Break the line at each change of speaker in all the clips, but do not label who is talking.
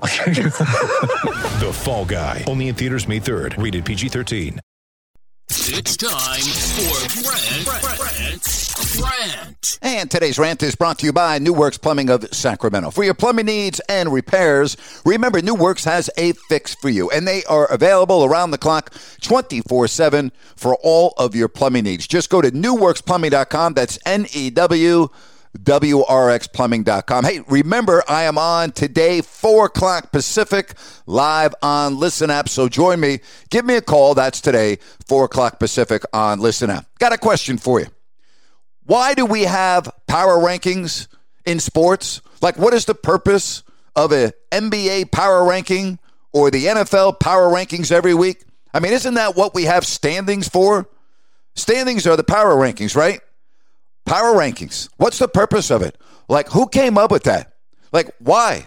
The Fall Guy. Only in theaters May 3rd. Rated PG-13.
It's time for rant, rant, rant.
And today's rant is brought to you by New Works Plumbing of Sacramento. For your plumbing needs and repairs, remember New Works has a fix for you, and they are available around the clock 24 7 for all of your plumbing needs. Just go to newworksplumbing.com. That's N E W. WRXplumbing.com. Hey, remember, I am on today, 4 o'clock Pacific, live on Listen App. So join me. Give me a call. That's today, 4 o'clock Pacific on Listen App. Got a question for you. Why do we have power rankings in sports? Like, what is the purpose of a NBA power ranking or the NFL power rankings every week? I mean, isn't that what we have standings for? Standings are the power rankings, right? Power rankings. What's the purpose of it? Like, who came up with that? Like, why?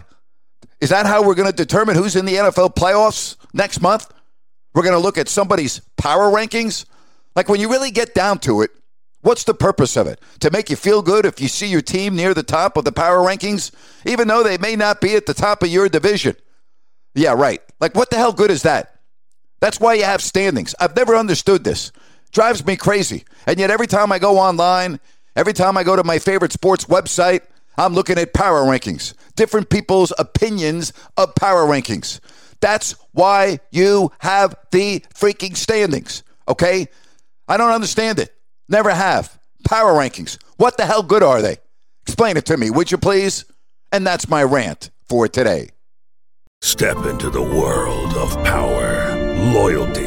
Is that how we're going to determine who's in the NFL playoffs next month? We're going to look at somebody's power rankings? Like, when you really get down to it, what's the purpose of it? To make you feel good if you see your team near the top of the power rankings, even though they may not be at the top of your division? Yeah, right. Like, what the hell good is that? That's why you have standings. I've never understood this. Drives me crazy. And yet every time I go online, every time I go to my favorite sports website, I'm looking at power rankings, different people's opinions of power rankings. That's why you have the freaking standings, okay? I don't understand it. Never have. Power rankings. What the hell good are they? Explain it to me, would you please? And that's my rant for today.
Step into the world of power, loyalty,